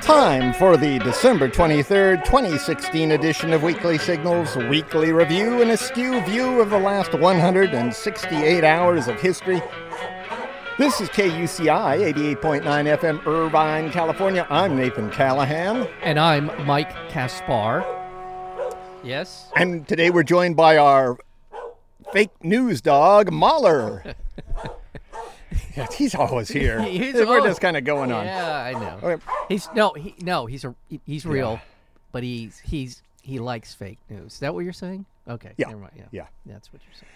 Time for the December 23rd, 2016 edition of Weekly Signals, weekly review, and askew view of the last 168 hours of history. This is KUCI 88.9 FM, Irvine, California. I'm Nathan Callahan, And I'm Mike Kaspar. Yes? and today we're joined by our fake news dog, Mahler. yes, he's always here. He's we're always- just kind of going on. Yeah, I know. Okay. He's no, he no, he's a he- he's real, but he's he's he likes fake news. Is that what you're saying? Okay. Yeah. Never mind. Yeah. Yeah. That's what you're saying.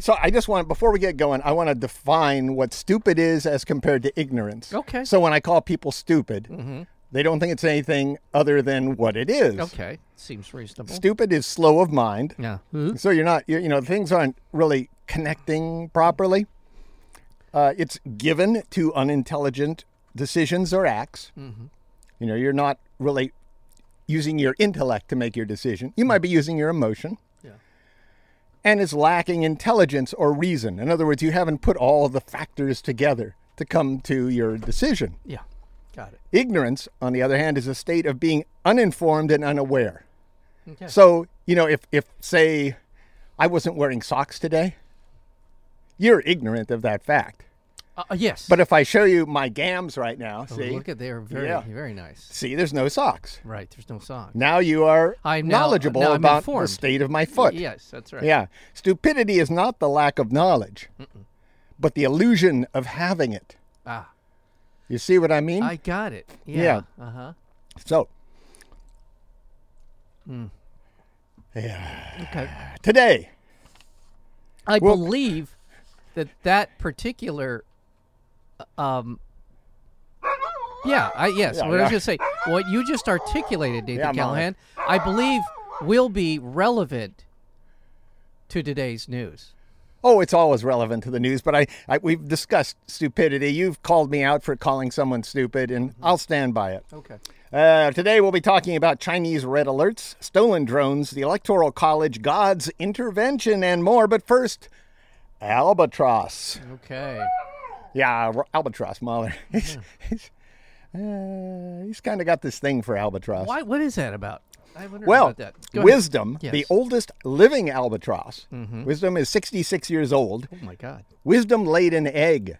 So I just want before we get going, I want to define what stupid is as compared to ignorance. Okay. Mm-hmm. So when I call people stupid, they don't think it's anything other than what it is. Okay. Seems reasonable. Stupid is slow of mind. yeah. Hmm? So you're not you're, you know things aren't really connecting properly. Uh, it's given to unintelligent decisions or acts. You know you're not really using your intellect to make your decision. You might be using your emotion. Yeah. And it's lacking intelligence or reason. In other words, you haven't put all the factors together to come to your decision. Yeah. Got it. Ignorance, on the other hand, is a state of being uninformed and unaware. Okay. So, you know, if, if, say, I wasn't wearing socks today, you're ignorant of that fact. Uh, uh, yes. But if I show you my gams right now, Oh, see, look at they are very Yeah. very nice. see, there's no socks. Right. There's no song. Now you are I'm now- knowledgeable now I'm about the informed. state of my foot. Yes, that's right. Yeah. Stupidity is not the lack of knowledge, but the illusion of having it. Ah. You see what I mean? I got it. Yeah. Yeah. Uh-huh. So, Hmm. yeah. Okay. today, I Well- believe that that particular, um, yeah, I yes, Yeah, what I was yeah. gonna say, what you just articulated, Nathan Yeah, Molly. Callahan, I believe will be relevant to today's news. oh, it's always relevant to the news, but I, I we've discussed stupidity. You've called me out for calling someone stupid, and Mm-hmm. I'll stand by it. Okay. Uh, today, we'll be talking about Chinese red alerts, stolen drones, the Electoral College, God's intervention, and more. But first, albatross. Mm. Okay. Yeah, r- albatross, Mahler. He's, he's, uh, he's kind of got this thing for albatross. Why? What is that about? I wonder Well, about that. Go ahead. Wisdom, the Yes. Mm-hmm. oldest living albatross. Wisdom is 66 years old. Oh my God. Wisdom laid an egg.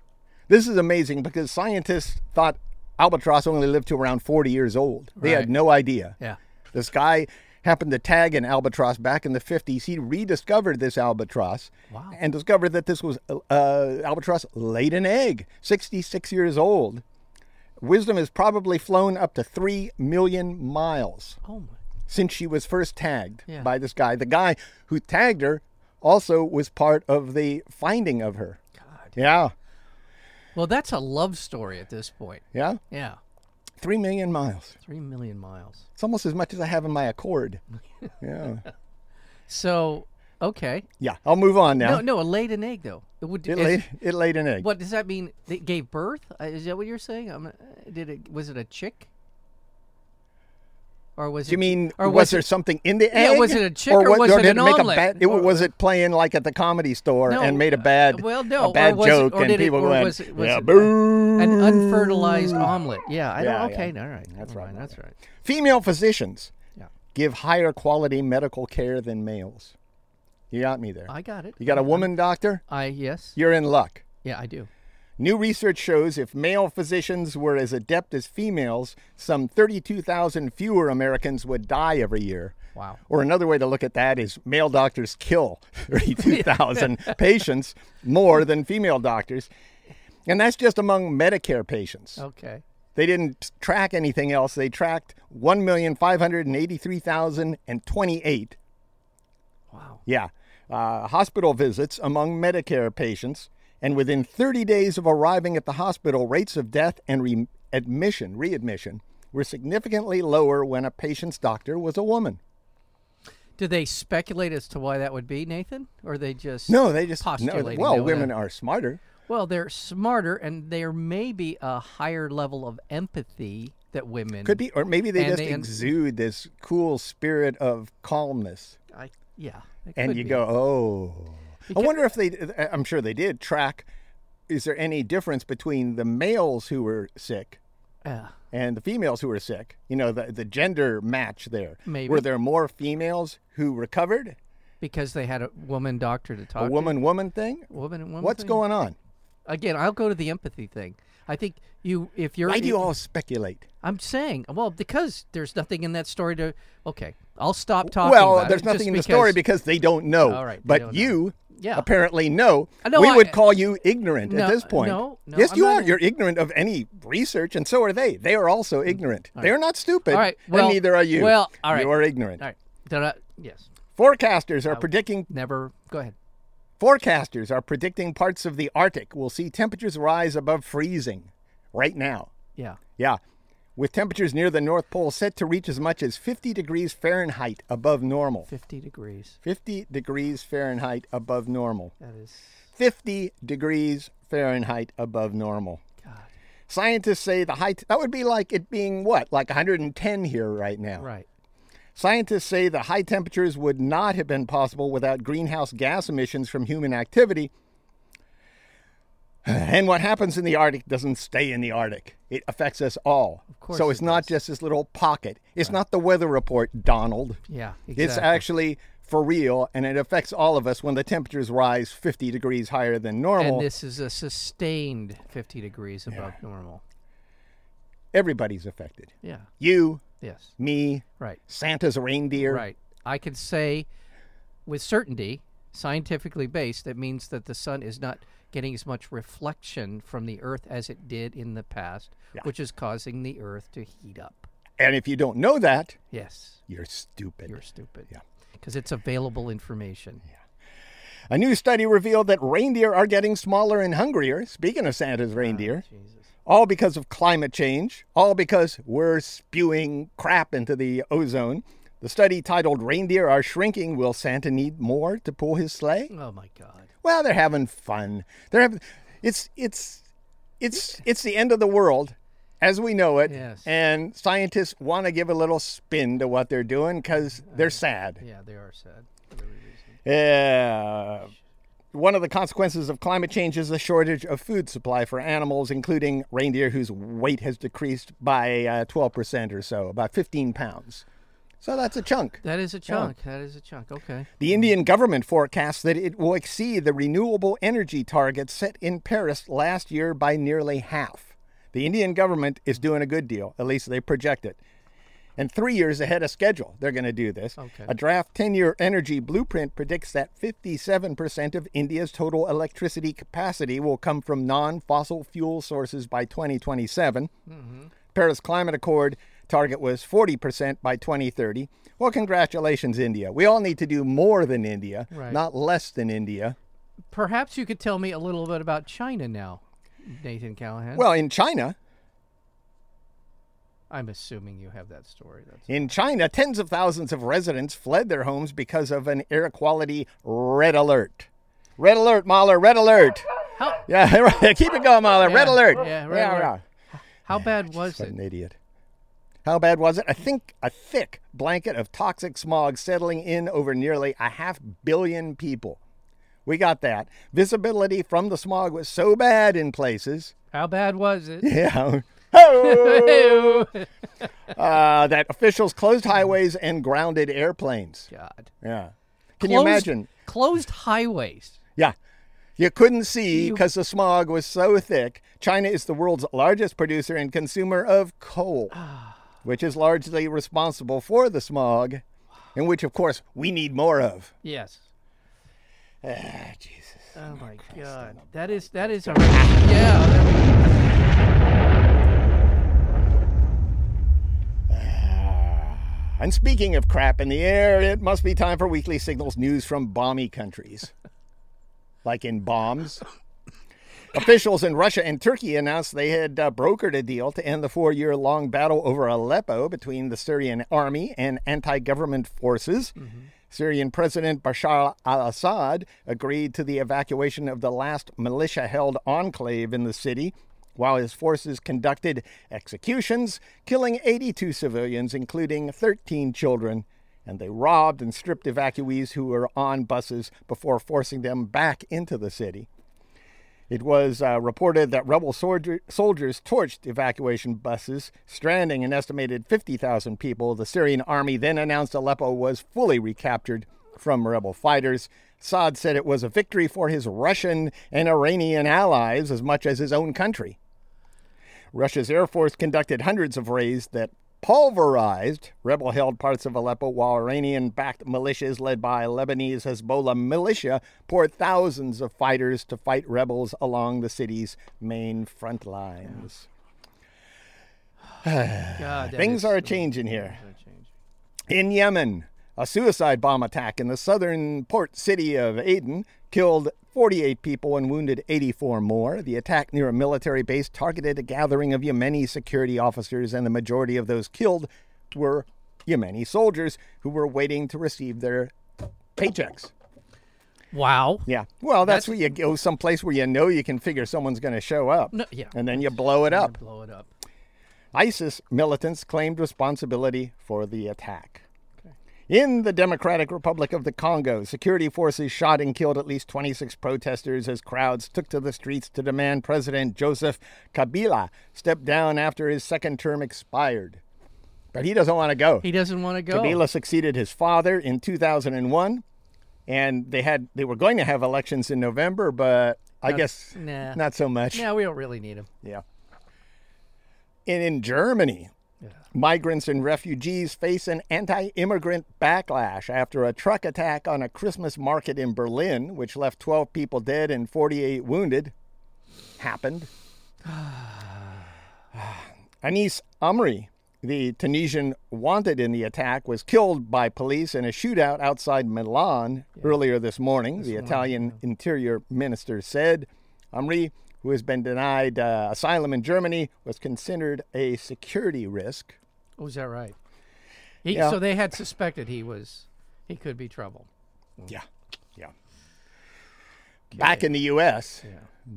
This is amazing because scientists thought albatross only lived to around 40 years old. They had Right. no idea. Yeah. This guy happened to tag an albatross back in the 50s. He rediscovered this albatross Wow. and discovered that this was uh, albatross laid an egg, 66 years old. Wisdom has probably flown up to 3 million miles Oh my. since she was first tagged Yeah. by this guy. The guy who tagged her also was part of the finding of her. God. Yeah, Well, that's a love story at this point. yeah. Yeah. Three million miles. Three million miles. It's almost as much as I have in my Accord. Yeah. So, okay. Yeah, I'll move on now. No, no, it laid an egg though. It would. it, is- laid, it laid an egg. What does that mean? It gave birth? Uh, Is that what you're saying? I'm, uh, did it? Was it a chick? Or was Do you it? mean, Or was, was there it- something in the egg? Yeah, was it a chick or what- was it did an make a omelet? bad- it- Or- was it playing like at the comedy store No, and made a uh, bad, well, a no, bad or was it- joke or and did it- people or went, was it- was yeah, it a- boo. an unfertilized omelet? Yeah. I Yeah, don't, yeah. okay. All right. That's right, That's right. Female physicians Yeah. give higher quality medical care than males. You got me there. I got it. You got a woman doctor? I yes. You're in luck. Yeah, I do. New research shows if male physicians were as adept as females, some 32,000 fewer Americans would die every year. Wow. Or another way to look at that is male doctors kill 32,000 patients more than female doctors. And that's just among Medicare patients. Okay. They didn't track anything else. They tracked 1,583,028 Wow. yeah. Uh, hospital visits among Medicare patients, and within 30 days of arriving at the hospital, rates of death and re- admission, readmission, were significantly lower when a patient's doctor was a woman. Did they speculate as to why that would be, Nathan? Or they just No, they just no, postulating? well, that- women are smarter. Well, they're smarter, and there may be a higher level of empathy that women Could be, or maybe they And just they- and- exude this cool spirit of calmness, I, yeah. it and could you be. go, "Oh." I wonder if they. uh, I'm sure they did track. Is there any difference between the males who were sick Yeah. and the females who were sick. You know, the, the gender match there. Maybe. Were there more females who recovered? because they had a woman doctor to talk A woman woman thing? to. Woman, woman What's thing. going on? Again, I'll go to the empathy thing. I think you, if you're, Why do you all speculate? I'm saying, well, because there's nothing in that story to. Okay, I'll stop talking. Well, about there's it nothing just in the because, story because they don't know. All right, they but don't know. you Yeah. apparently know. Uh, no, we I- would call you ignorant No, uh, at this point. no, no, yes, I'm you are. not You're ignorant of any research, and so are they. They are also ignorant. They are not stupid. Mm, All right, well- and neither are you. well, all right. You are ignorant. All Um, right, did I, yes, Forecasters are predicting never. Go ahead. forecasters are predicting parts of the Arctic will see temperatures rise above freezing right now. Yeah, Yeah. With temperatures near the North Pole set to reach as much as 50 degrees Fahrenheit above normal. 50 degrees. 50 degrees Fahrenheit above normal. That is 50 degrees Fahrenheit above normal. God. Scientists say the high that would be like it being what? Like 110 here right now. Right. Scientists say the high temperatures would not have been possible without greenhouse gas emissions from human activity. And what happens in the Arctic doesn't stay in the Arctic. It affects us all. Of course so it it's not just this little pocket. It's not the weather report, Donald. Yeah. Exactly. It's actually for real, and it affects all of us when the temperatures rise 50 degrees higher than normal. and this is a sustained 50 degrees above normal. Everybody's affected. Yeah. You, Yes. me, Right. Santa's reindeer. Right. I can say with certainty, scientifically based, that means that the sun is not getting as much reflection from the earth as it did in the past, which is causing the earth to heat up. And if you don't know that, Yes. you're stupid. You're stupid. Yeah. Because it's available information. A new study revealed that reindeer are getting smaller and hungrier. Speaking of Santa's reindeer, Ah, Jesus. all because of climate change, all because we're spewing crap into the ozone. The study titled Reindeer Are Shrinking Will Santa Need More to Pull His Sleigh? Oh my God. Well, they're having fun. They're having it's it's it's it's the end of the world as we know it. Yes. And scientists want to give a little spin to what they're doing cuz they're sad. Yeah, they are sad. They really is. Yeah. One of the consequences of climate change is a shortage of food supply for animals, including reindeer, whose weight has decreased by uh, 12% or so, about 15 pounds. So that's a chunk. That is a chunk. That is a chunk. Okay. The Indian government forecasts that it will exceed the renewable energy target set in Paris last year by nearly half. The Indian government is doing a good deal, at least they project it. And three years ahead of schedule, they're going to do this. Okay. A draft 10 year energy blueprint predicts that 57% of India's total electricity capacity will come from non fossil fuel sources by 2027. Paris Climate Accord target was 40% by 2030. Well, congratulations, India. We all need to do more than India, Right. not less than India. Perhaps you could tell me a little bit about China now, Nathan Callahan. Well, in China, I'm assuming you have that story. That's in China, tens of thousands of residents fled their homes because of an air quality red alert. Red alert, Mahler, red alert. how Yeah, right. keep it going, Mahler. red Yeah, alert. yeah, red alert. how bad was What it? an idiot. How bad was it? I think a thick blanket of toxic smog settling in over nearly a half billion people. We got that. Visibility from the smog was so bad in places. How bad was it? Yeah. Oh! Ew. uh, that officials closed highways and grounded airplanes. God. Yeah. Can you Closed- imagine? Closed highways. Yeah. You couldn't see because the smog was so thick. China is the world's largest producer and consumer of coal, which is largely responsible for the smog, and which, of course, we need more of. Yes. Ah, Jesus. Oh my God. That is that is a yeah. that- And speaking of crap in the air, it must be time for Weekly Signals news from balmy countries. like in bombs. Officials in Russia and Turkey announced they had uh, brokered a deal to end the four year long battle over Aleppo between the Syrian army and anti government forces. Syrian President Bashar al Assad agreed to the evacuation of the last militia held enclave in the city, while his forces conducted executions, killing 82 civilians, including 13 children. And they robbed and stripped evacuees who were on buses before forcing them back into the city. It was uh, reported that rebel soldier, soldiers torched evacuation buses, stranding an estimated 50,000 people. The Syrian army then announced Aleppo was fully recaptured from rebel fighters. Saad said it was a victory for his Russian and Iranian allies as much as his own country. Russia's Air Force conducted hundreds of raids that pulverized rebel held parts of Aleppo, while Iranian backed militias led by Lebanese Hezbollah militia poured thousands of fighters to fight rebels along the city's main front lines. God, that Things is- are changing here. that change. In Yemen, a suicide bomb attack in the southern port city of Aden killed 48 people and wounded 84 more. The attack near a military base targeted a gathering of Yemeni security officers, and the majority of those killed were Yemeni soldiers who were waiting to receive their paychecks. Wow. Yeah. Well, that's, That's- where you go someplace where you know you can figure someone's going to show up. No, yeah. And then you blow it up. Blow it up. ISIS militants claimed responsibility for the attack. In the Democratic Republic of the Congo, security forces shot and killed at least 26 protesters as crowds took to the streets to demand President Joseph Kabila step down after his second term expired. But he doesn't want to go. He doesn't want to go. Kabila succeeded his father in 2001, and they had they were going to have elections in November, but I guess nah. not so much. Yeah, we don't really need him. Yeah. And in Germany, migrants and refugees face an anti immigrant backlash after a truck attack on a Christmas market in Berlin, which left 12 people dead and 48 wounded, happened. Anis Amri, the Tunisian wanted in the attack, was killed by police in a shootout outside Milan earlier this morning, the Italian Interior Minister said. Amri, who has been denied uh, asylum in Germany, was considered a security risk. Oh, is that right? He, Yeah. So they had suspected he was, he could be trouble. Yeah. Yeah. Back in the U.S.,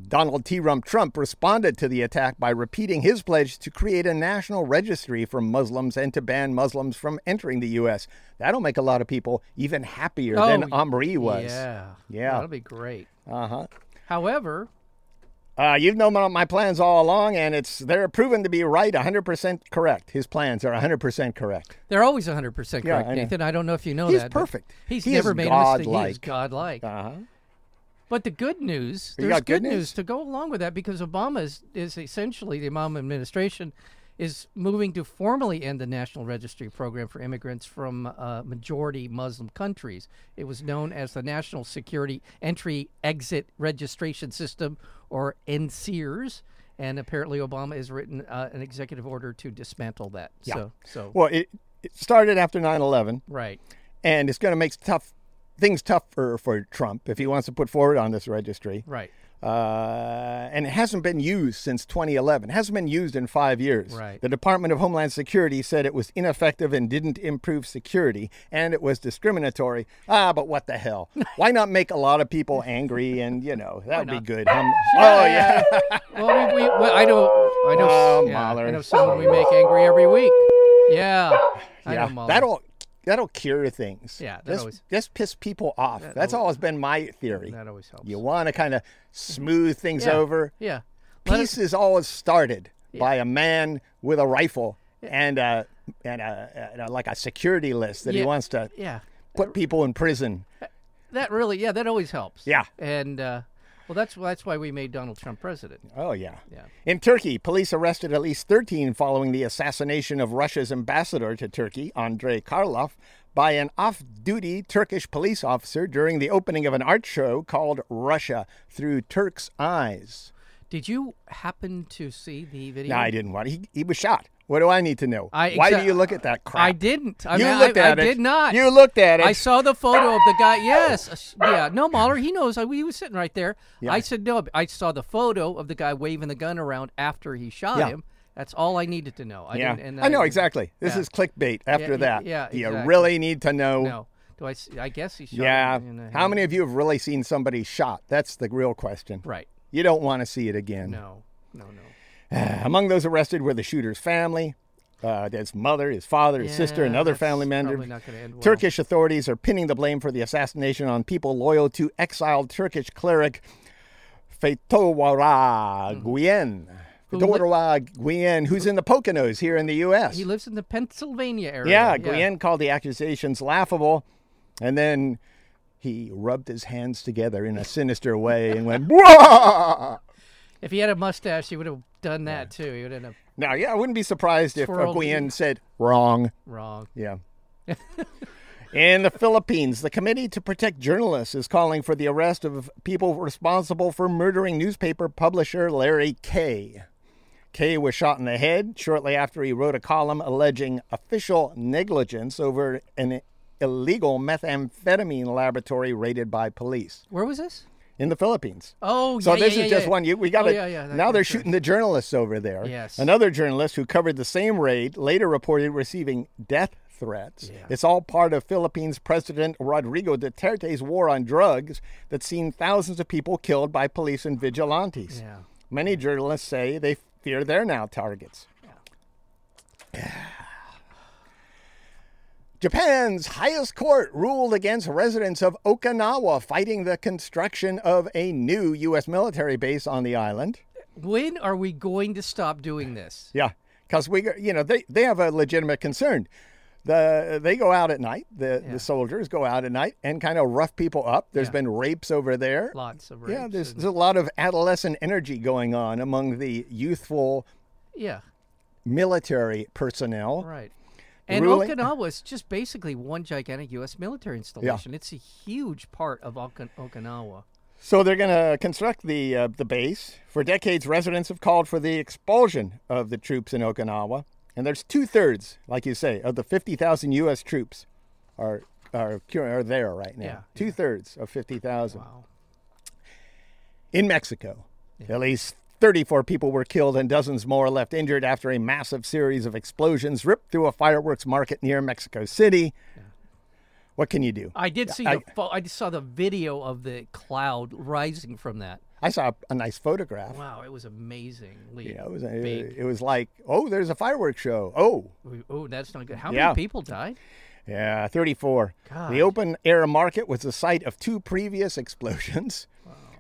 Donald T. Rump Trump responded to the attack by repeating his pledge to create a national registry for Muslims and to ban Muslims from entering the U.S. That'll make a lot of people even happier than Omri was. Yeah. Yeah. That'll be great. Uh-huh. However, Uh, you've known my, my plans all along, and it's they're proven to be right, 100% correct. His plans are 100% correct. they're always 100% correct, Yeah, I know. Nathan. I don't know if you know He's that. but perfect. He's He is never made a mistake. He's godlike. godlike. Uh-huh. But the good news, You there's got good good, news? news? to go along with that because Obama is, is essentially the Obama administration is moving to formally end the national registry program for immigrants from uh, majority Muslim countries. It was known as the National Security Entry Exit Registration System, or NSEERS. And apparently, Obama has written uh, an executive order to dismantle that. Yeah. So, so Well, it, it started after 9 11. right. and it's going to make tough things tough for, for Trump if he wants to put forward on this registry. Right. Uh, and it hasn't been used since 2011. It hasn't been used in five years. Right. The Department of Homeland Security said it was ineffective and didn't improve security, and it was discriminatory. Ah, but what the hell? Why not make a lot of people angry? And you know that would be good. Hum- oh yeah. Well, we, we, well I know, I know, Oh, yeah, I Mahler. know someone we make angry every week. Yeah, I know Yeah, Mahler. that'll that'll cure things. Yeah, that just, always- just piss people off. That's always been my theory. that always helps. You want to kind of smooth things Yeah. over. Yeah, Let us- Peace is always started by a man with a rifle and a, and a, and a- like a security list that he Yeah. Uh, wants to yeah, put people in prison. that really, yeah, that always helps. Yeah. and uh, well, that's that's why we made Donald Trump president. Oh yeah. Yeah. In Turkey, police arrested at least 13 following the assassination of Russia's ambassador to Turkey, Andrei Karlov, by an off-duty Turkish police officer during the opening of an art show called Russia Through Turks' Eyes. Did you happen to see the video? No, I didn't want. He, he was shot. What do I need to know? I- Why do exa- you look at that crap? I didn't. I You mean, looked I, at I it. did not. You looked at it. I saw the photo of the guy. Yes. uh, sh- Yeah. No, Mahler, he knows. I- He was sitting right there. I said no. I saw the photo of the guy waving the gun around after he shot Yeah. him. That's all I needed to know. I Yeah, didn't, and I know didn't- exactly. This Yeah. is clickbait. After y- that, yeah, do you exactly. really need to know? No. Do I? s- I guess he shot. him Yeah. in the How head. many of you have really seen somebody shot? That's the real question. Right. You don't want to see it again. No. No. No. Among those arrested were the shooter's family, uh, his mother, his father, his sister, Yeah, and other that's family probably members. not gonna end well. Turkish authorities are pinning the blame for the assassination on people loyal to exiled Turkish cleric Fetowara Guyen. Mm-hmm. Who li- Fedora Guyen, who's in the Poconos here in the U.S. He lives in the Pennsylvania area. Yeah, Guillen called the accusations laughable, and then he rubbed his hands together in a sinister way and went, "Bwah!" If he had a mustache, he would have done that too. He would have Now, yeah, I wouldn't be surprised if uh, Swirled. Guillen said, wrong. wrong. Yeah. in the Philippines, the Committee to Protect Journalists is calling for the arrest of people responsible for murdering newspaper publisher Larry Kay. Kay was shot in the head shortly after he wrote a column alleging official negligence over an illegal methamphetamine laboratory raided by police Where was this? in the Philippines. Oh, So yeah, yeah, this yeah, is just yeah. one. You, we got to Oh, yeah, yeah, that now. They're makes sense. shooting the journalists over there. Yes. Another journalist who covered the same raid later reported receiving death threats. Yeah. It's all part of Philippines President Rodrigo Duterte's war on drugs that's seen thousands of people killed by police and vigilantes. Yeah. Many journalists say they fear they're now targets. Japan's highest court ruled against residents of Okinawa fighting the construction of a new U.S. military base on the island. When are we going to stop doing this? Yeah, because we, go- you know, they, they have a legitimate concern. The they go out at night. The the soldiers go out at night and kind of rough people up. There's been rapes over there. Lots of rapes. yeah, there's, and- there's a lot of adolescent energy going on among the youthful yeah, military personnel. right. And Ruling- Okinawa is just basically one gigantic U.S. military installation. It's a huge part of Okin- Okinawa. So they're going to construct the uh, the base. For decades, residents have called for the expulsion of the troops in Okinawa, and there's two thirds, like you say, of the fifty thousand U.S. troops are are cur- are there right now. Yeah, yeah. two thirds of fifty thousand Wow. in Mexico. At least 34 people were killed and dozens more left injured after a massive series of explosions ripped through a fireworks market near Mexico City. What can you do? I did see. I- the fo- I just saw the video of the cloud rising from that. I saw a, a nice photograph. Wow, it was amazingly. You know, it was, it, big. was like, oh, there's a fireworks show. Oh, We- Oh, that's not good. How Yeah. many people died? yeah, 34. God. The open air market was the site of two previous explosions.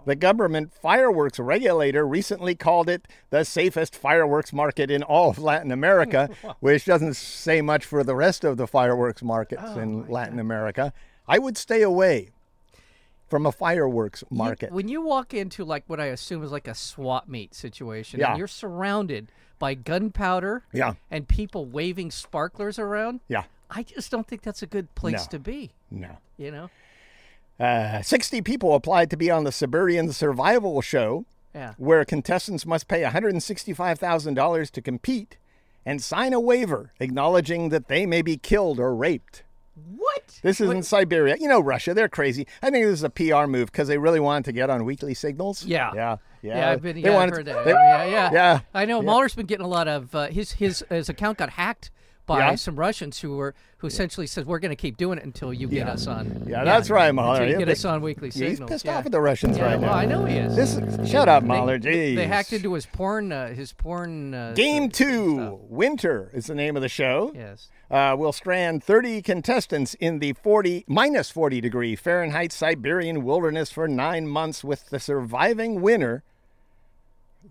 The government fireworks regulator recently called it the safest fireworks market in all of Latin America, which doesn't say much for the rest of the fireworks markets Oh in Latin America. I would stay away from a fireworks You- market. when you walk into like what I assume is like a swap meet situation, Yeah. and you're surrounded by gunpowder Yeah. and people waving sparklers around, yeah, I just don't think that's a good place No. to be. no. You know? Uh, 60 people applied to be on the Siberian Survival Show. Yeah. where contestants must pay $165,000 to compete and sign a waiver acknowledging that they may be killed or raped. What? This is in Siberia. You know, Russia, they're crazy. I think this is a PR move because they really wanted to get on weekly signals. Yeah. Yeah. Yeah, Yeah. I've been. They Yeah, I've wanted- heard that. they- yeah, yeah, yeah. I know. Mahler's been getting a lot of uh, his his his account got hacked by Yeah. some Russians who were who essentially said we're going to keep doing it until you get us on. Yeah, that's right, Mahler. Until you Yeah, get they- us on weekly Yeah, signals. he's pissed yeah. off at the Russians Yeah, right well, now. I know he is. This is, shut up, Mahler. They- They hacked Jeez. into his porn, uh, his porn. Uh, Game sort of two, stuff. Winter is the name of the show. Yes. uh, will strand 30 contestants in the 40 minus 40 degree Fahrenheit Siberian wilderness for nine months, with the surviving winner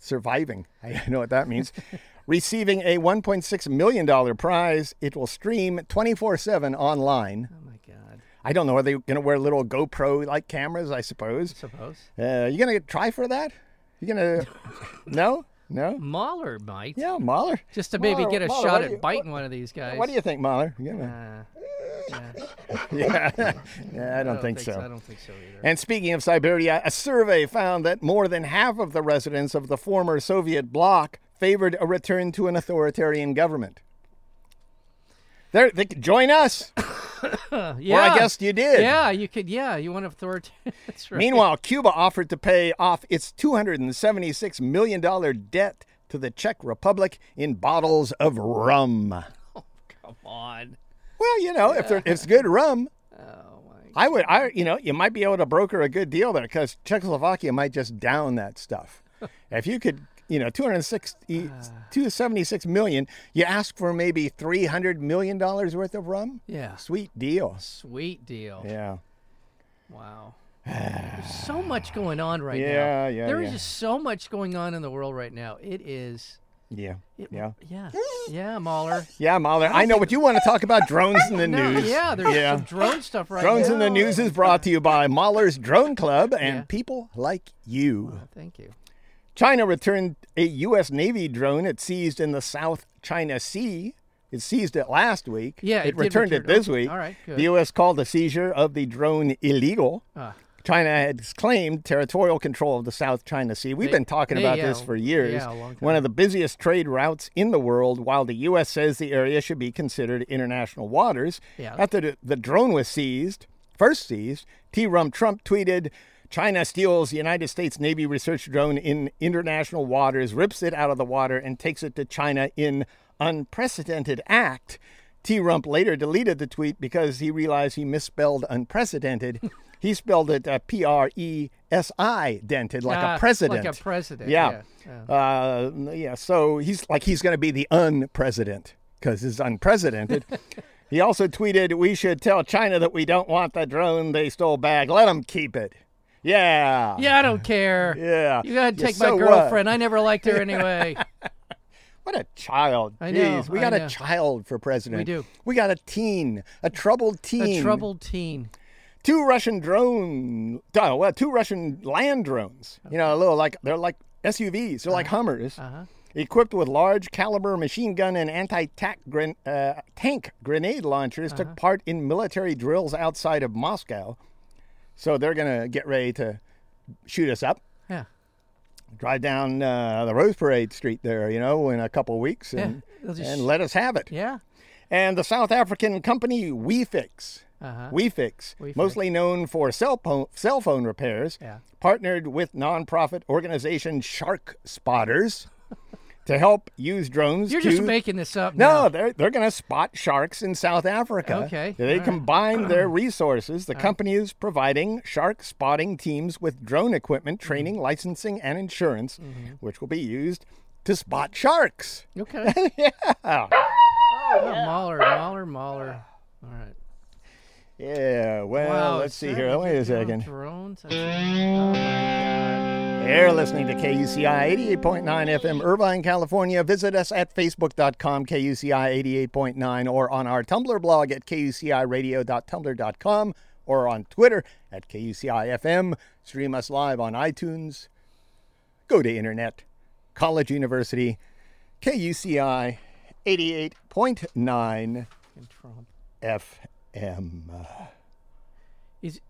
surviving. I know what that means. receiving a 1.6 million dollar prize. It will stream 24 7 online. Oh my God. I don't know. Are they going to wear little GoPro like cameras? I suppose. Suppose Uh, you going to try for that? You going to? No, no. Mahler might Yeah, Mahler. just to maybe Mahler- get a Mahler, what shot do at you- biting one of these guys. What do you think, Mahler? You gonna- Uh, yeah, yeah. I don't, I think, so. I don't think so either. And speaking of Siberia, a survey found that more than half of the residents of the former Soviet bloc favored a return to an authoritarian government. They're, they could join us. Uh, yeah. Well, I guess you did. Yeah, you could. Yeah, you want authoritarian. That's right. Meanwhile, Cuba offered to pay off its $276 million debt to the Czech Republic in bottles of rum. Come on. Well, you know, if, they're, if it's good rum, Oh my. I would, I, you know, you might be able to broker a good deal there because Czechoslovakia might just down that stuff. if you could, you know, 260, Ah. 276 million, you ask for maybe 300 million dollars worth of rum. Yeah. Sweet deal. Sweet deal. Yeah. Wow. There's so much going on right now. Yeah, yeah, There is yeah. just so much going on in the world right now. It is. Yeah. It, Yeah. Yeah. Yeah, Mahler. Yeah, Mahler. I know what you want to talk about drones in the No, news. yeah, there's Yeah. some drone stuff right Drones now. in the News is brought to you by Mahler's Drone Club and Yeah. people like you. Oh, Thank you. China returned a U.S. Navy drone it seized in the South China Sea. It seized it last week. Yeah, it, it did returned it return- this okay, week. all right, good. The U.S. called the seizure of the drone illegal. Ah. China has claimed territorial control of the South China Sea. We've They- been talking they- about yeah, this for years. yeah, a long One of the busiest trade routes in the world, while the U.S. says the area should be considered international waters. Yeah. After the, the drone was seized, first seized, T. Rum Trump tweeted, China steals United States Navy research drone in international waters, rips it out of the water, and takes it to China in unprecedented act. T. Rump later deleted the tweet because he realized he misspelled unprecedented. he spelled it uh, P R E S I dented, like Ah, like a a president. president, Yeah. yeah, Yeah. Uh, yeah. So he's like, he's going to be the unpresident because it's unprecedented. he also tweeted, We should tell China that we don't want the drone they stole back. Let them keep it. Yeah. Yeah, I don't care. Yeah. You gotta Yeah, take so my what? girlfriend. I never liked her anyway. What a child. I know, Jeez, we I got a know. child for president. We do. We got a teen, a troubled teen. A troubled teen. two Russian drone, oh, well, two Russian land drones. You know, a little like they're like SUVs, they're like Hummers, Uh-huh. equipped with large caliber machine gun and anti-tank gren- uh, tank grenade launchers. Uh-huh. Took part in military drills outside of Moscow, so they're gonna get ready to shoot us up. Yeah. Drive down uh, the Rose Parade Street there, you know, in a couple weeks, and, they'll just and sh- let us have it Yeah. and the South African company WeFix. Uh-huh. WeFix, WeFix. mostly known for cell phone, cell phone repairs, Yeah. partnered with nonprofit organization Shark Spotters to help use drones. You're just to- making this up. no, now. they're, they're going to spot sharks in South Africa. Okay, all They right. Uh-huh. combine their resources. The company is providing shark spotting teams with drone Mm-hmm. equipment, training, licensing, and insurance, which will be used to spot sharks. Okay. Oh, Mahler, Mahler, Mahler. All right. Yeah, well, Wow, Uh, let's is see that here. what Wait they're a doing? second. Drones. That's- oh my You're listening to KUCI 88.9 FM, Irvine, California. Visit us at facebook.com, KUCI 88.9, or on our Tumblr blog at kuciradio.tumblr.com, or on Twitter at KUCI FM. Stream us live on iTunes. Go to internet, college, university, KUCI 88.9 God. Trump. FM. Is.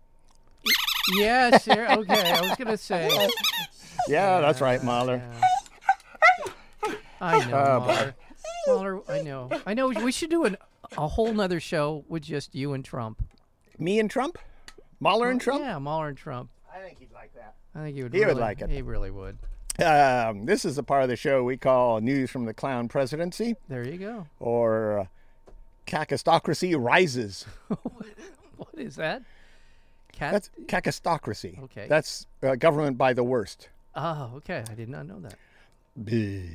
Yes. Here. Okay. I was gonna say. Yeah, that's right, Mahler. I know. Uh, Mahler. Mahler. I know. I know. We should do an, a whole nother show with just you and Trump. Me and Trump? Mahler and Trump? Yeah, Mahler and Trump. I think he'd like that. I think he would. He would really- like it. He really would. Um, this is the part of the show we call News from the Clown Presidency There you go. or uh, Cacistocracy Rises. What is that? Cat. That's cacistocracy. Okay. That's uh, government by the worst. oh, okay. I did not know that.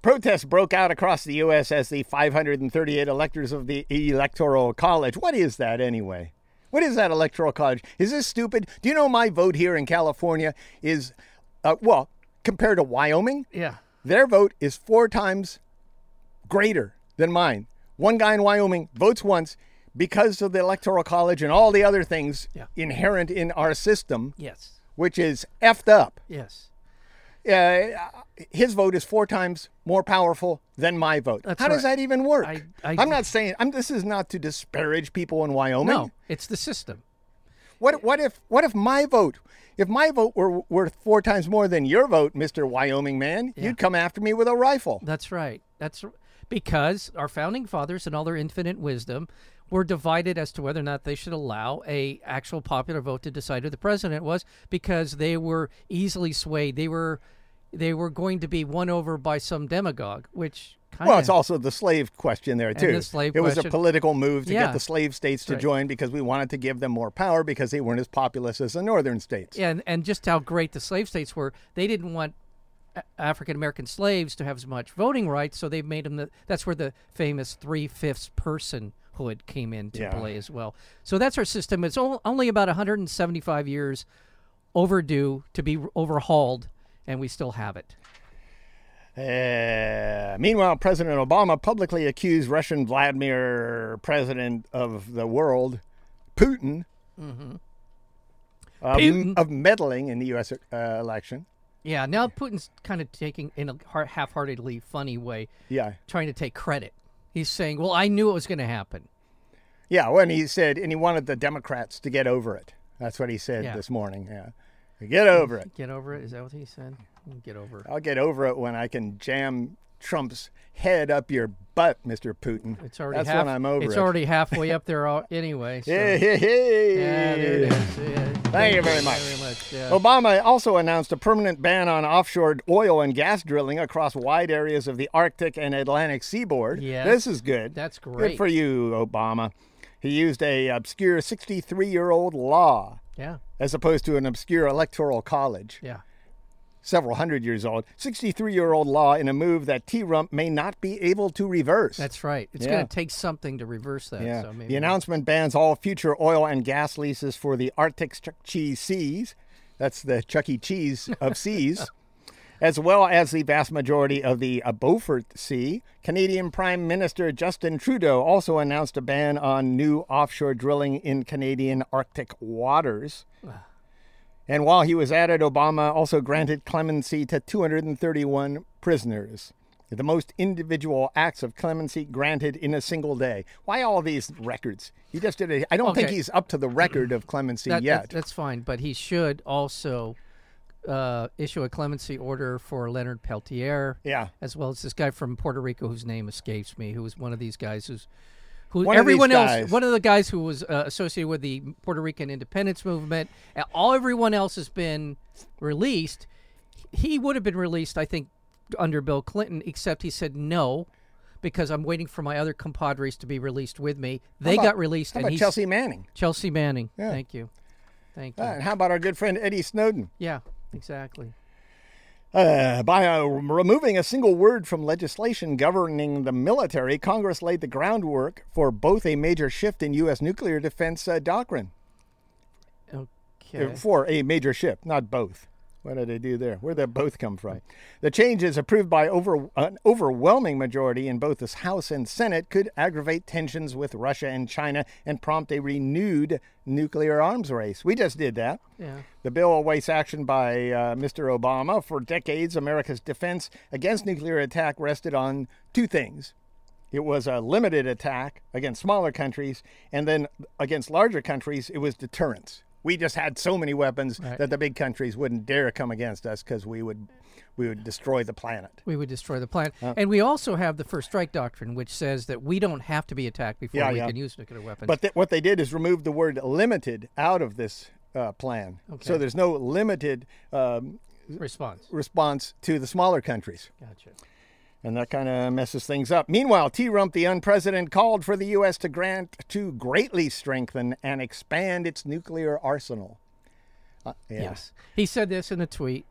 Protests broke out across the U.S. as the 538 electors of the Electoral College. What is that anyway? What is that Electoral College? Is this stupid? Do you know my vote here in California is, uh, well, compared to Wyoming, Yeah. their vote is four times greater than mine. One guy in Wyoming votes once because of the Electoral College and all the other things Yeah. inherent in our system, Yes. which is effed up. Yes. Uh, his vote is four times more powerful than my vote. That's How does right. that even work? I- I- am not saying I'm, this is not to disparage people in Wyoming. No, it's the system. What what if what if my vote if my vote were worth four times more than your vote, Mr. Wyoming man, you'd come after me with a rifle. That's right. That's r- because our founding fathers and all their infinite wisdom were divided as to whether or not they should allow a actual popular vote to decide who the president was because they were easily swayed. They were they were going to be won over by some demagogue, which kind Well, of it's also the slave question there too. the slave it was a question. political move to get Yeah. the slave states to join because we wanted to give them more power because they weren't as populous as the northern states. and and just how great the slave states were. They didn't want African American slaves to have as much voting rights, so they made them. The, that's where the famous three fifths person hood came into Yeah. play as well. So that's our system. It's o- only about 175 years overdue to be overhauled, and we still have it. Uh, meanwhile, President Obama publicly accused Russian Vladimir, president of the world, Putin, of- Mm-hmm. Putin. Of, meddling in the U.S. Uh, election. Yeah, now Putin's kind of taking in a har- half-heartedly funny way, Yeah. trying to take credit. He's saying, "Well, I knew it was going to happen." Yeah. When he said, and he wanted the Democrats to get over it. That's what he said Yeah. Mm-hmm. this morning. Yeah. Get over it. Get over it. Is that what he said? Get over it. I'll get over it when I can jam Trump's head up your butt, Mr. Putin. It's already That's half, when I'm over It's it. already halfway up there al- anyway. So. Hey, hey, hey. Yeah, there it is. Yeah. Thank you very much. Oh. Very much. Yeah. Obama also announced a permanent ban on offshore oil and gas drilling across wide areas of the Arctic and Atlantic seaboard. Yes. This is good. That's Good great. for you, Obama. He used a obscure 63-year-old law yeah, as opposed to an obscure electoral college, yeah. several hundred years old. 63-year-old law in a move that T-Rump may not be able to reverse. That's right. It's Yeah. going to take something to reverse that. Yeah. So maybe the announcement bans all future oil and gas leases for the Arctic Chuck Cheese Seas. That's the Chuck E. Cheese of seas. As well as the vast majority of the uh, Beaufort Sea, Canadian Prime Minister Justin Trudeau also announced a ban on new offshore drilling in Canadian Arctic waters. And while he was at it, Obama also granted clemency to 231 prisoners, the most individual acts of clemency granted in a single day. Why all these records? He just did it. I don't think Okay. he's up to the record of clemency that, yet. that- that's fine. But he should also uh, issue a clemency order for Leonard Peltier. Yeah. As well as this guy from Puerto Rico whose name escapes me, who was one of these guys who's. Who, One of these everyone else, guys. one of the guys who was uh, associated with the Puerto Rican independence movement, and all everyone else has been released. He would have been released, I think, under Bill Clinton, except he said no, because I'm waiting for my other compadres to be released with me. They about- got released, How and about he's Chelsea Manning? Chelsea Manning. Thank you. Thank you. Uh, and how about our good friend Eddie Snowden? yeah, exactly. Uh, by uh, removing a single word from legislation governing the military, Congress laid the groundwork for both a major shift in U.S. nuclear defense uh, doctrine. Okay. Uh, for a major ship, not both. What did I do there? Where did both come from? The changes approved by over, an overwhelming majority in both the House and Senate could aggravate tensions with Russia and China and prompt a renewed nuclear arms race. We just did that. Yeah. The bill awaits action by uh, Mr. Obama. For decades, America's defense against nuclear attack rested on two things it was a limited attack against smaller countries, and then against larger countries, it was deterrence. We just had so many weapons that the big countries wouldn't dare come against us because we would, we would destroy the planet. We would destroy the planet. Ah. and we also have the first strike doctrine, which says that we don't have to be attacked before Yeah, we yeah. can use nuclear weapons. But th- what they did is remove the word limited out of this uh, plan. So there's no limited um, Response. response to the smaller countries. Gotcha. And that kind of messes things up. Meanwhile, T. Rump, the unpresident, called for the U.S. to grant to greatly strengthen and expand its nuclear arsenal. Uh, yeah. Yes. He said this in a tweet,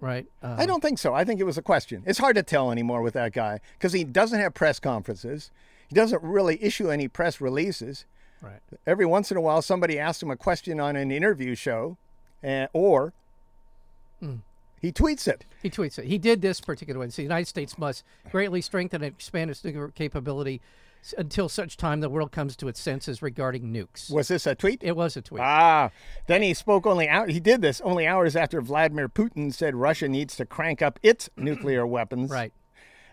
right? Uh, I don't think so. I think it was a question. It's hard to tell anymore with that guy because he doesn't have press conferences. He doesn't really issue any press releases. right. Every once in a while, somebody asks him a question on an interview show, and, or he tweets it. He tweets it. He did this particular one. So the United States must greatly strengthen and expand its nuclear capability s- until such time the world comes to its senses regarding nukes. Was this a tweet? It was a tweet. Ah, then he spoke only out. He did this only hours after Vladimir Putin said Russia needs to crank up its nuclear weapons. right.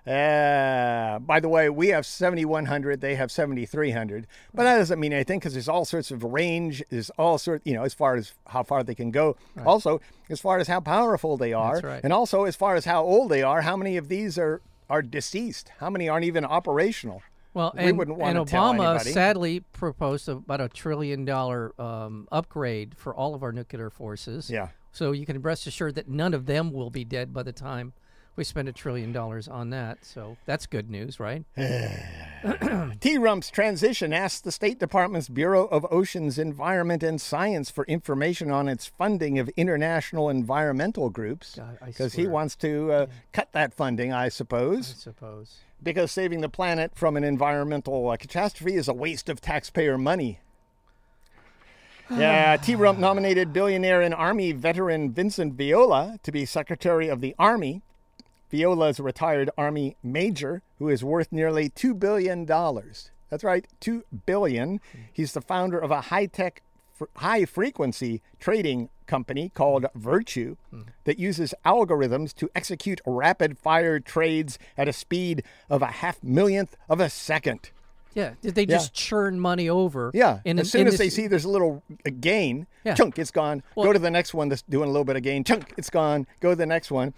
Uh, by the way, we have 7,100. They have 7,300. But that doesn't mean anything because there's all sorts of range. There's all sort, you know, as far as how far they can go. Also, as far as how powerful they are, right. and also as far as how old they are. How many of these are are deceased? How many aren't even operational? Well, We and, wouldn't and wanna Obama tell anybody. sadly proposed about a trillion dollar um, upgrade for all of our nuclear forces. Yeah. So you can rest assured that none of them will be dead by the time we spend a trillion dollars on that. So that's good news, right? T Rump's transition asked the State Department's Bureau of Oceans, Environment, and Science for information on its funding of international environmental groups. God, I he swear. wants to uh, cut that funding, I suppose. I suppose. because saving the planet from an environmental uh, catastrophe is a waste of taxpayer money. Yeah, T Rump nominated billionaire and Army veteran Vincent Viola to be Secretary of the Army. Viola is a retired Army major who is worth nearly $2 billion. That's right, $2 billion. He's the founder of a high tech, fr- high frequency trading company called Virtue that uses algorithms to execute rapid fire trades at a speed of a half millionth of a second. Yeah. Did they just churn money over? Yeah. in as an- soon in as this- they see there's a little a gain, Yeah. chunk, it's gone. Go to the next one that's doing a little bit of gain, chunk, it's gone. Go to the next one.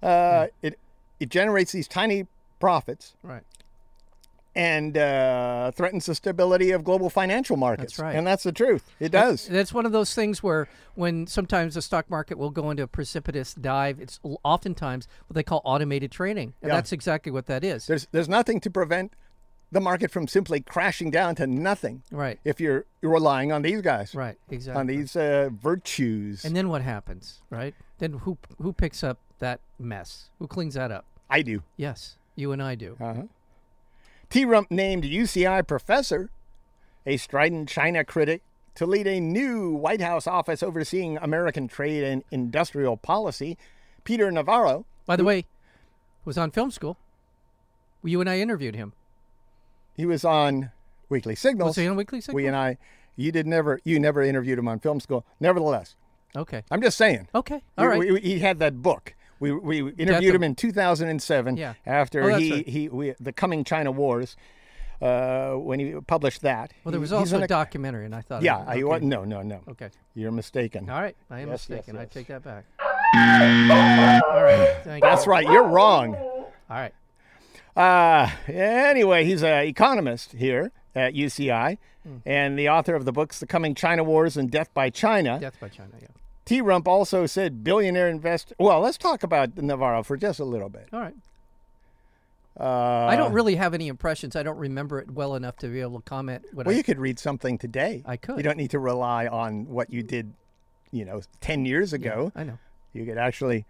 Uh, Hmm. It it generates these tiny profits Right. and uh, threatens the stability of global financial markets. right. And that's the truth. It does. That's one of those things where when sometimes the stock market will go into a precipitous dive, it's l- oftentimes what they call automated trading. And that's exactly what that is. There's there's nothing to prevent the market from simply crashing down to nothing right. if you're you're relying on these guys, Right. Exactly. on these uh, virtues. and then what happens, right? Then who who picks up that mess? Who cleans that up? I do. Yes, you and I do. Uh, T Rump named UCI professor, a strident China critic, to lead a new White House office overseeing American trade and industrial policy. Peter Navarro, By the way, was on film school. You and I interviewed him. he was on Weekly Signals. Was he on Weekly Signal? We and I, you did never, you never interviewed him on film school. Nevertheless, okay. I'm just saying. Okay. Oh, All right. We- we- he had that book. We, we interviewed Got the- him in 2007 Yeah. after Oh, that's he, right. he we, the coming China wars uh, when he published that. well, there was He's also an a ac- documentary, and I thought. Yeah, okay. I, wa- no, no, no. okay. You're mistaken. All right. I am Yes, yes, mistaken. yes. I take that back. All right. Thank That's you. right. You're wrong. All right. Uh, anyway, he's an economist here at UCI Hmm. and the author of the books The Coming China Wars and Death by China. Death by China. Yeah. T Rump also said billionaire investor. Well, let's talk about Navarro for just a little bit. All right. Uh, I don't really have any impressions. I don't remember it well enough to be able to comment. What well, I, you could read something today. I could. You don't need to rely on what you did, you know, 10 years ago. I know. You could actually.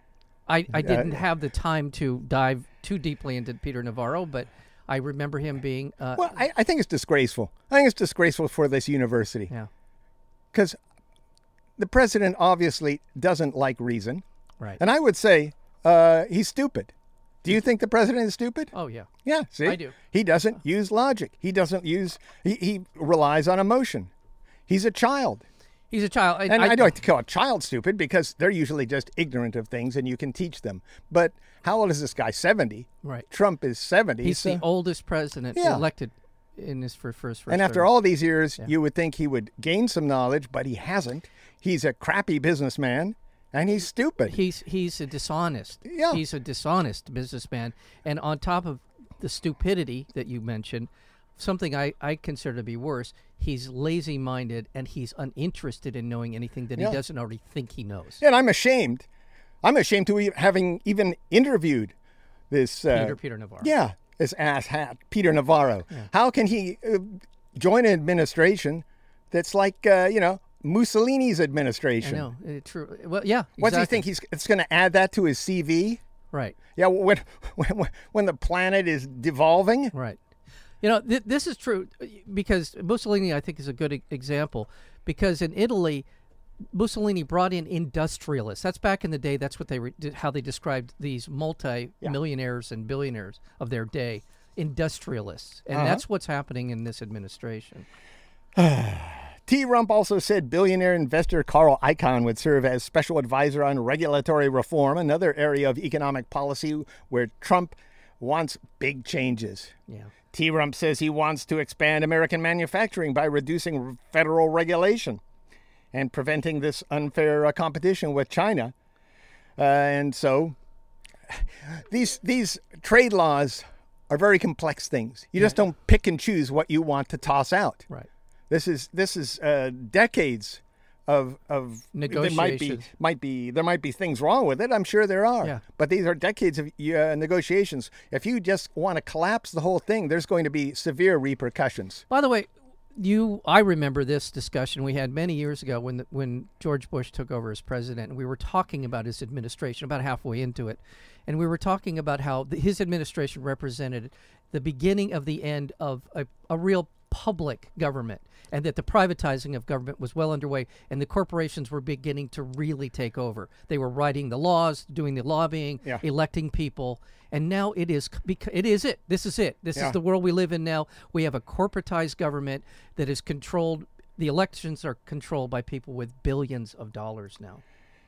I, I didn't have the time to dive too deeply into Peter Navarro, but I remember him being. Uh, Well, I, I think it's disgraceful. I think it's disgraceful for this university. yeah. because the president obviously doesn't like reason. Right. And I would say uh, he's stupid. Do you think the president is stupid? oh yeah. Yeah, see? I do. He doesn't use logic, he doesn't use, he, he relies on emotion. He's a child. He's a child. And I, don't like to call a child stupid because they're usually just ignorant of things and you can teach them. But how old is this guy? 70. Right. Trump is 70. He's so- the oldest president Yeah. elected in his fir- first first. And after term. all these years, you would think he would gain some knowledge, but he hasn't. He's a crappy businessman and he's stupid. he's he's a dishonest. Yeah. He's a dishonest businessman, and on top of the stupidity that you mentioned, something I I consider to be worse. He's lazy-minded and he's uninterested in knowing anything that he doesn't already think he knows. and I'm ashamed. I'm ashamed to e- having even interviewed this. Uh, Peter Peter Navarro. Yeah, this asshat, Peter Navarro. How can he uh, join an administration that's like, uh, you know, Mussolini's administration? No, uh, true. Well, yeah. What's exactly. he think? He's it's going to add that to his CV? Right. Yeah, when, when when the planet is devolving. Right. You know, th- this is true uh, because Mussolini, I think, is a good e- example because in Italy, Mussolini brought in industrialists. That's back in the day. That's what they re- did, how they described these multi-millionaires and billionaires of their day, industrialists, and that's what's happening in this administration. T. Rump also said billionaire investor Carl Icahn would serve as special advisor on regulatory reform, another area of economic policy where Trump wants big changes. Yeah. T. Rump says he wants to expand American manufacturing by reducing r- federal regulation and preventing this unfair uh, competition with China. Uh, and so these these trade laws are very complex things. You just don't pick and choose what you want to toss out. Right. This is this is uh, decades of of There might be Negotiations. might be there might be things wrong with it. I'm sure there are. Yeah. But these are decades of uh, negotiations. If you just want to collapse the whole thing, there's going to be severe repercussions. By the way, you I remember this discussion we had many years ago when the, when George Bush took over as president and we were talking about his administration about halfway into it and we were talking about how the, his administration represented the beginning of the end of a, a real public government and that the privatizing of government was well underway and the corporations were beginning to really take over they were writing the laws doing the lobbying Yeah. electing people and now it is bec- it is it this is it this Yeah. is the world we live in now we have a corporatized government that is controlled the elections are controlled by people with billions of dollars now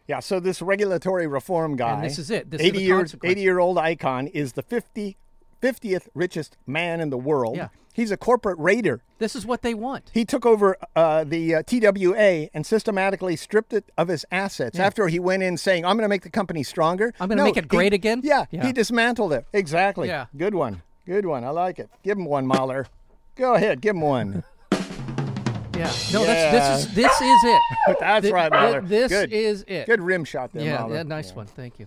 Yeah, so this regulatory reform guy, this is it. This is 80 the years, consequence. 80 year old icon is the 50, 50th richest man in the world. Yeah. He's a corporate raider. this is what they want He took over uh, the uh, TWA and systematically stripped it of its assets after he went in saying, I'm going to make the company stronger. I'm gonna make it he- great again? Yeah, Yeah. he dismantled it. Exactly. Yeah. Good one. Good one. I like it. Give him one, Mahler. Go ahead, give him one. yeah no that's this is this is it That's Thi- right, thi- Mahler. this Good. is it Good rim shot there, yeah, Mahler. yeah nice one thank you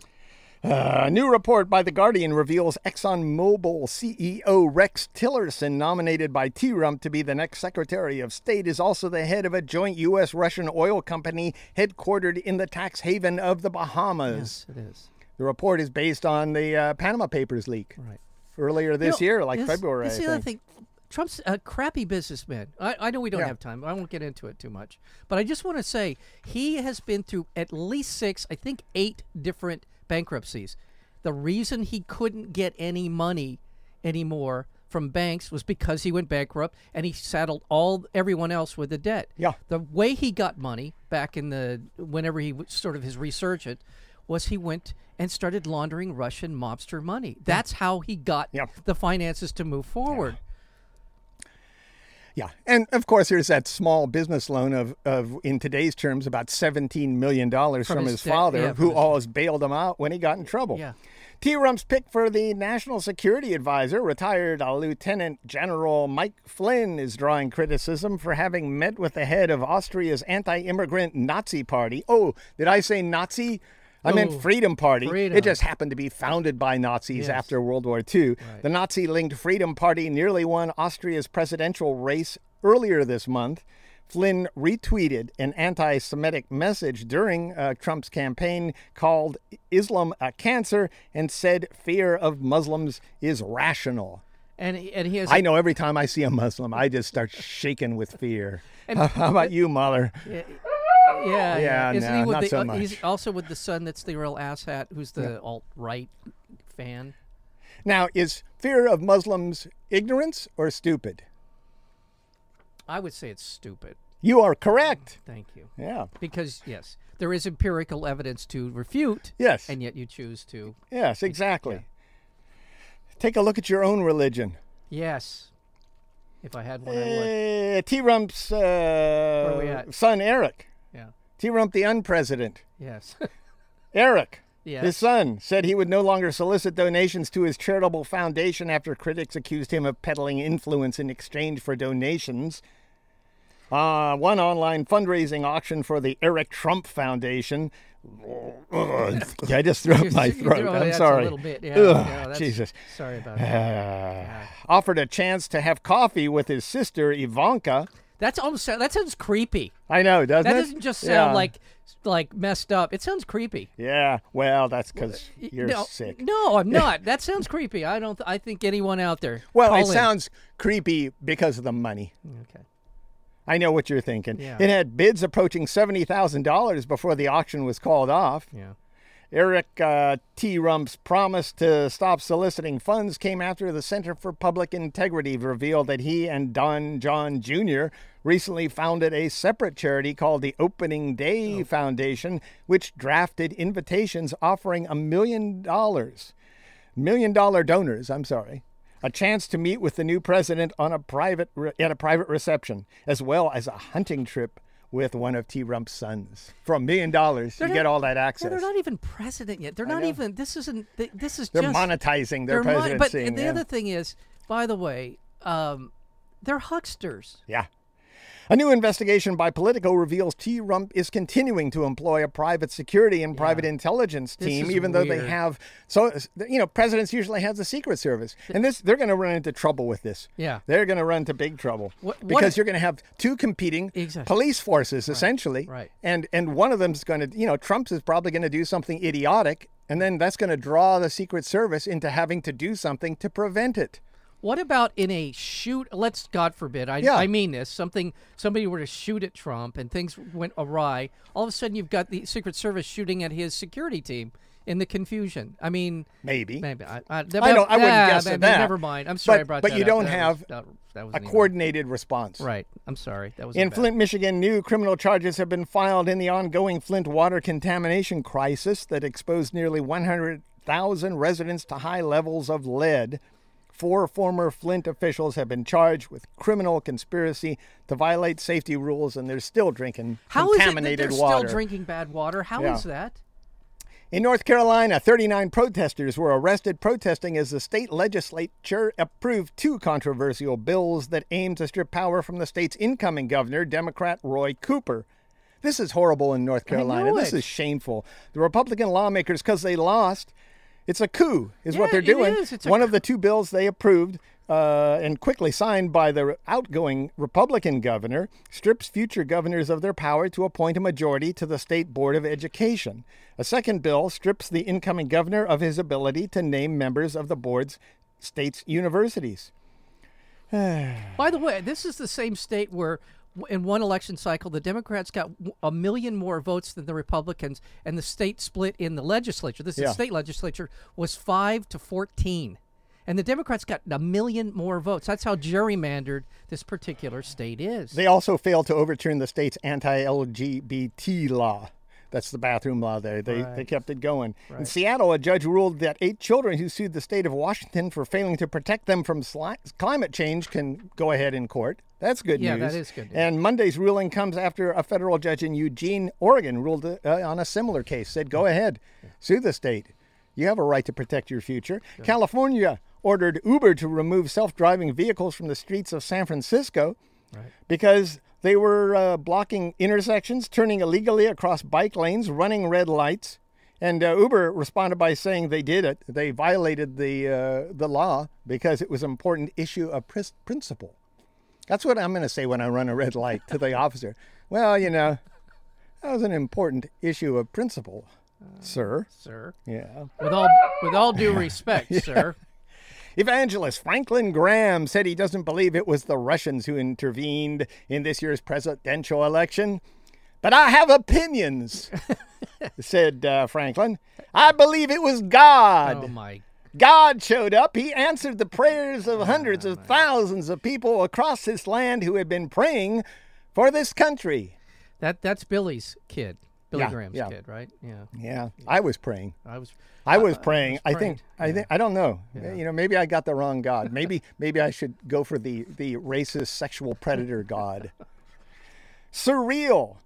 A new report by The Guardian reveals ExxonMobil CEO Rex Tillerson, nominated by T Rump to be the next Secretary of State, is also the head of a joint U.S. Russian oil company headquartered in the tax haven of the Bahamas. it is The report is based on the uh, Panama Papers leak right earlier this You know, uh, year, like this- February. This is I the other think. thing. Trump's a crappy businessman. I, I know we don't have time. I won't get into it too much. But I just want to say he has been through at least six, I think eight different bankruptcies. The reason he couldn't get any money anymore from banks was because he went bankrupt and he saddled all everyone else with the debt. Yeah. The way he got money back in the whenever he was sort of his resurgent was he went and started laundering Russian mobster money. That's how he got Yeah. the finances to move forward. Yeah, and of course, there's that small business loan of, of in today's terms, about seventeen million dollars from, his, his dad- father, yeah, from who his- always bailed him out when he got in trouble. Yeah. T. Rump's pick for the National Security Advisor, retired uh, Lieutenant General Mike Flynn, is drawing criticism for having met with the head of Austria's anti-immigrant Nazi Party. Oh, did I say Nazi? I meant Oh, Freedom Party. freedom. It just happened to be founded by Nazis after World War II. The Nazi linked Freedom Party nearly won Austria's presidential race earlier this month. Flynn retweeted an anti Semitic message during uh, Trump's campaign called Islam a cancer and said fear of Muslims is rational. And he- and he has I know every time I see a Muslim, I just start shaking with fear. How, how about you, Mahler? yeah Yeah, Isn't no, he with not the, so uh, He's much. also with the son that's the real asshat who's the alt right fan. Now, is fear of Muslims ignorance or stupid? I would say it's stupid. You are correct. Thank you. Yeah. Because yes, there is empirical evidence to refute. Yes. And yet you choose to. Yes, exactly. Take a look at your own religion. Yes. If I had one, I would. Uh, T Rump's are we uh, at? son, Eric. Yeah. T Rump, the unpresident. Yes. Eric, Yes. his son, said he would no longer solicit donations to his charitable foundation after critics accused him of peddling influence in exchange for donations. Uh, one online fundraising auction for the Eric Trump Foundation. Ugh, I just threw up my You throw- throat. I'm that's sorry. A little bit. Yeah. Ugh, yeah, that's- Jesus. Sorry about that. Uh, offered a chance to have coffee with his sister Ivanka. That's almost that sounds creepy. I know, doesn't That it? doesn't just sound Yeah. like like messed up. It sounds creepy. Yeah, well, that's because Y- you're no, sick. No, I'm not. That sounds creepy. I don't. I think anyone out there. well, it call in. sounds creepy because of the money. Okay. I know what you're thinking. Yeah. It had bids approaching seventy thousand dollars before the auction was called off. Yeah. Eric uh, T. Rump's promise to stop soliciting funds came after the Center for Public Integrity revealed that he and Don John Jr. recently founded a separate charity called the Opening Day Oh. Foundation, which drafted invitations offering a million dollars, million dollar donors, I'm sorry. A chance to meet with the new president on a private re- at a private reception, as well as a hunting trip with one of T. Rump's sons. For a million dollars, you They're get not- all that Well, access. they're not even president yet. They're not even. This isn't. th- This is They're just. monetizing their they're mon- presidency. but the yeah. other thing is, by the way, um, they're hucksters. Yeah. A new investigation by Politico reveals T. Rump is continuing to employ a private security and private intelligence This team, is even though they weird. have so you know presidents usually have the Secret Service, and this they're going to run into trouble with this. Yeah. they're going to run into big trouble What- what because if- you're going to have two competing Exactly. police forces essentially, right. And and one of them's going to you know Trump's is probably going to do something idiotic, and then that's going to draw the Secret Service into having to do something to prevent it. What about in a shoot? Let's God forbid. I, Yeah. I mean this. Something somebody were to shoot at Trump and things went awry. All of a sudden, you've got the Secret Service shooting at his security team in the confusion. I mean, Maybe. maybe I, I, I don't- I wouldn't ah, guess at maybe- that. Never mind. I'm sorry. But- I brought but that you up. don't That have was, that, that was A coordinated response. Right. I'm sorry. That was In a bad- Flint, Michigan, new criminal charges have been filed in the ongoing Flint water contamination crisis that exposed nearly 100,000 residents to high levels of lead. Four former Flint officials have been charged with criminal conspiracy to violate safety rules, and they're still drinking How is it that contaminated they're water. still drinking bad water? How is Yeah. that? In North Carolina, 39 protesters were arrested protesting as the state legislature approved two controversial bills that aim to strip power from the state's incoming governor, Democrat Roy Cooper. This is horrible in North Carolina. know This it. is shameful. The Republican lawmakers, because they lost, it's a coup, is what Yeah, they're it doing. is. It's a One of the two bills they approved uh, and quickly signed by the outgoing Republican governor strips future governors of their power to appoint a majority to the State Board of Education. A second bill strips the incoming governor of his ability to name members of the board's state's universities. By the way, this is the same state where, w- in one election cycle, the Democrats got w- a million more votes than the Republicans, and the state split in the legislature. This is Yeah. state legislature was five to fourteen, and the Democrats got a million more votes. That's how gerrymandered this particular state is. They also failed to overturn the state's anti-LGBT law. That's the bathroom law there. They, they kept it going. In Seattle, a judge ruled that eight children who sued the state of Washington for failing to protect them from sli- climate change can go ahead in court. That's good Yeah, news. that is good news. And Monday's ruling comes after a federal judge in Eugene, Oregon, ruled uh, on a similar case, said, go ahead, sue the state. You have a right to protect your future. California ordered Uber to remove self driving vehicles from the streets of San Francisco because they were uh, blocking intersections, turning illegally across bike lanes, running red lights. And uh, Uber responded by saying they did it. They violated the uh, the law because it was an important issue of pris- principle. That's what I'm going to say when I run a red light to the officer. Well, you know, that was an important issue of principle, sir. sir, Yeah. with all with all due respect, sir. Evangelist Franklin Graham said he doesn't believe it was the Russians who intervened in this year's presidential election. But I have opinions, said uh, Franklin. I believe it was Oh God. my God showed up. He answered the prayers of hundreds of thousands of people across this land who had been praying for this country. that that's Billy's kid, Billy Yeah, Graham's yeah. kid, right? Yeah, Yeah, I was praying. Uh, I was. I was praying. I think. I think. I don't know. You know, maybe I got the wrong god. Maybe. maybe I should go for the the racist sexual predator god. Surreal.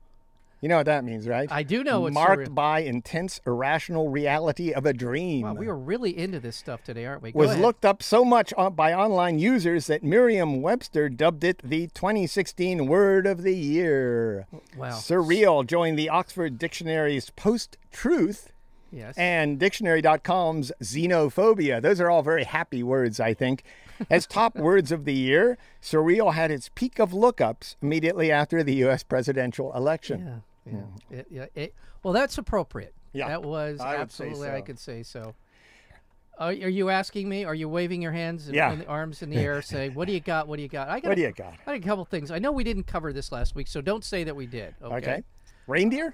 You know what that means, right? I do know what Marked surreal- by intense irrational reality of a dream. Wow, we are really into this stuff today, aren't we? Go was ahead. looked up so much on, by online users that Merriam-Webster dubbed it the 2016 word of the year. Wow. Surreal joined the Oxford Dictionary's post-truth Yes. and dictionary.com's xenophobia. Those are all very happy words, I think. As top words of the year, surreal had its peak of lookups immediately after the U.S. presidential election. Yeah, yeah. It, yeah, it- well, that's appropriate. Hmm. Yeah, that was I would say absolutely. I so. could say so. Are, are you asking me? Are you waving your hands and, Yeah. and the arms in the air, saying, "What do you got? What do you got?" I got. What a- do you got? I got a couple things. I know we didn't cover this last week, so don't say that we did. Okay. Okay. Reindeer?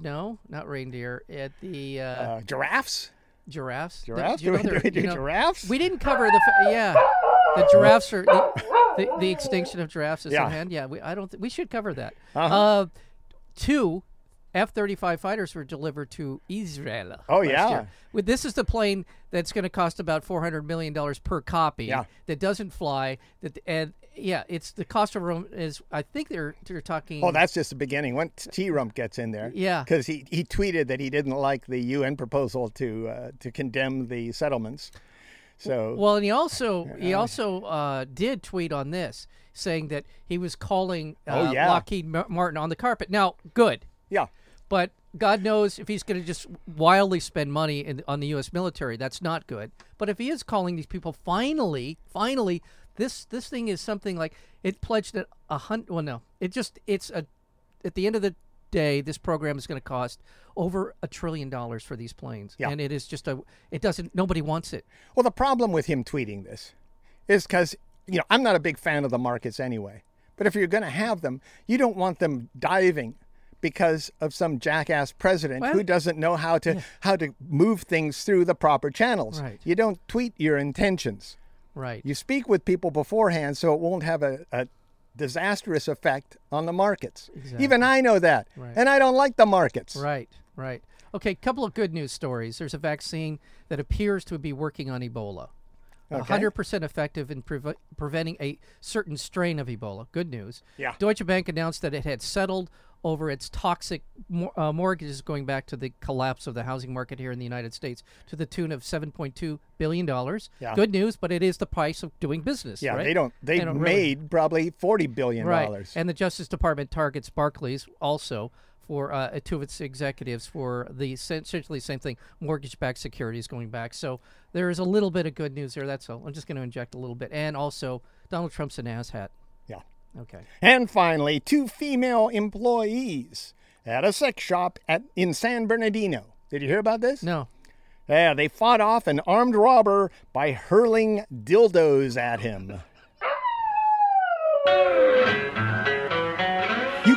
No, not reindeer. At the uh, Uh, giraffes? giraffes. Do- Giraffes? do you know Do we- do they're- we do you know- giraffes? We didn't cover the. fa- Yeah. The giraffes are the, the, the extinction of giraffes is Yeah. Uh-huh. at hand. Yeah, we I don't th- we should cover that. Uh, two F thirty five fighters were delivered to Israel. Oh, last yeah. year. With this is the plane that's going to cost about four hundred million dollars per copy. Yeah. that doesn't fly. That and yeah, it's the cost of room is I think they're they're talking. Oh, that's just the beginning. Once T Rump gets in there, Yeah. because he, he tweeted that he didn't like the UN proposal to uh, to condemn the settlements. So Well, and he also he also uh, did tweet on this, saying that he was calling uh, Oh, yeah. Lockheed Ma- Martin on the carpet. Now, good, yeah, but God knows if he's going to just wildly spend money in, on the U.S. military, that's not good. But if he is calling these people, finally, finally, this this thing is something like it pledged at a hundred. Well, no, it just it's a at the end of the day, this program is going to cost over a trillion dollars for these planes, Yeah. and it is just a it doesn't nobody wants it. Well, the problem with him tweeting this is because, you know, I'm not a big fan of the markets anyway. But if you're going to have them, you don't want them diving because of some jackass president who Well- doesn't know how to how to move things through the proper channels. Right. You don't tweet your intentions. Right. You speak with people beforehand so it won't have a, a disastrous effect on the markets. Even I know that. And I don't like the markets. Right, right. Okay, couple of good news stories. There's a vaccine that appears to be working on Ebola. a 100% effective in preve- preventing a certain strain of Ebola. Good news. Yeah. Deutsche Bank announced that it had settled over its toxic mor- uh, mortgages going back to the collapse of the housing market here in the United States to the tune of $7.2 billion. Yeah. Good news, but it is the price of doing business. Yeah, right? they don't they, don't really- made probably 40 billion Right. dollars. And the Justice Department targets Barclays also for uh, two of its executives for the sen- essentially same thing mortgage-backed securities going back. So there is a little bit of good news there. That's all. I'm just going to inject a little bit. And also, Donald Trump's an asshat. Yeah. Okay. And finally, two female employees at a sex shop at, in San Bernardino. Did you hear about this? No. Yeah, they fought off an armed robber by hurling dildos at him. You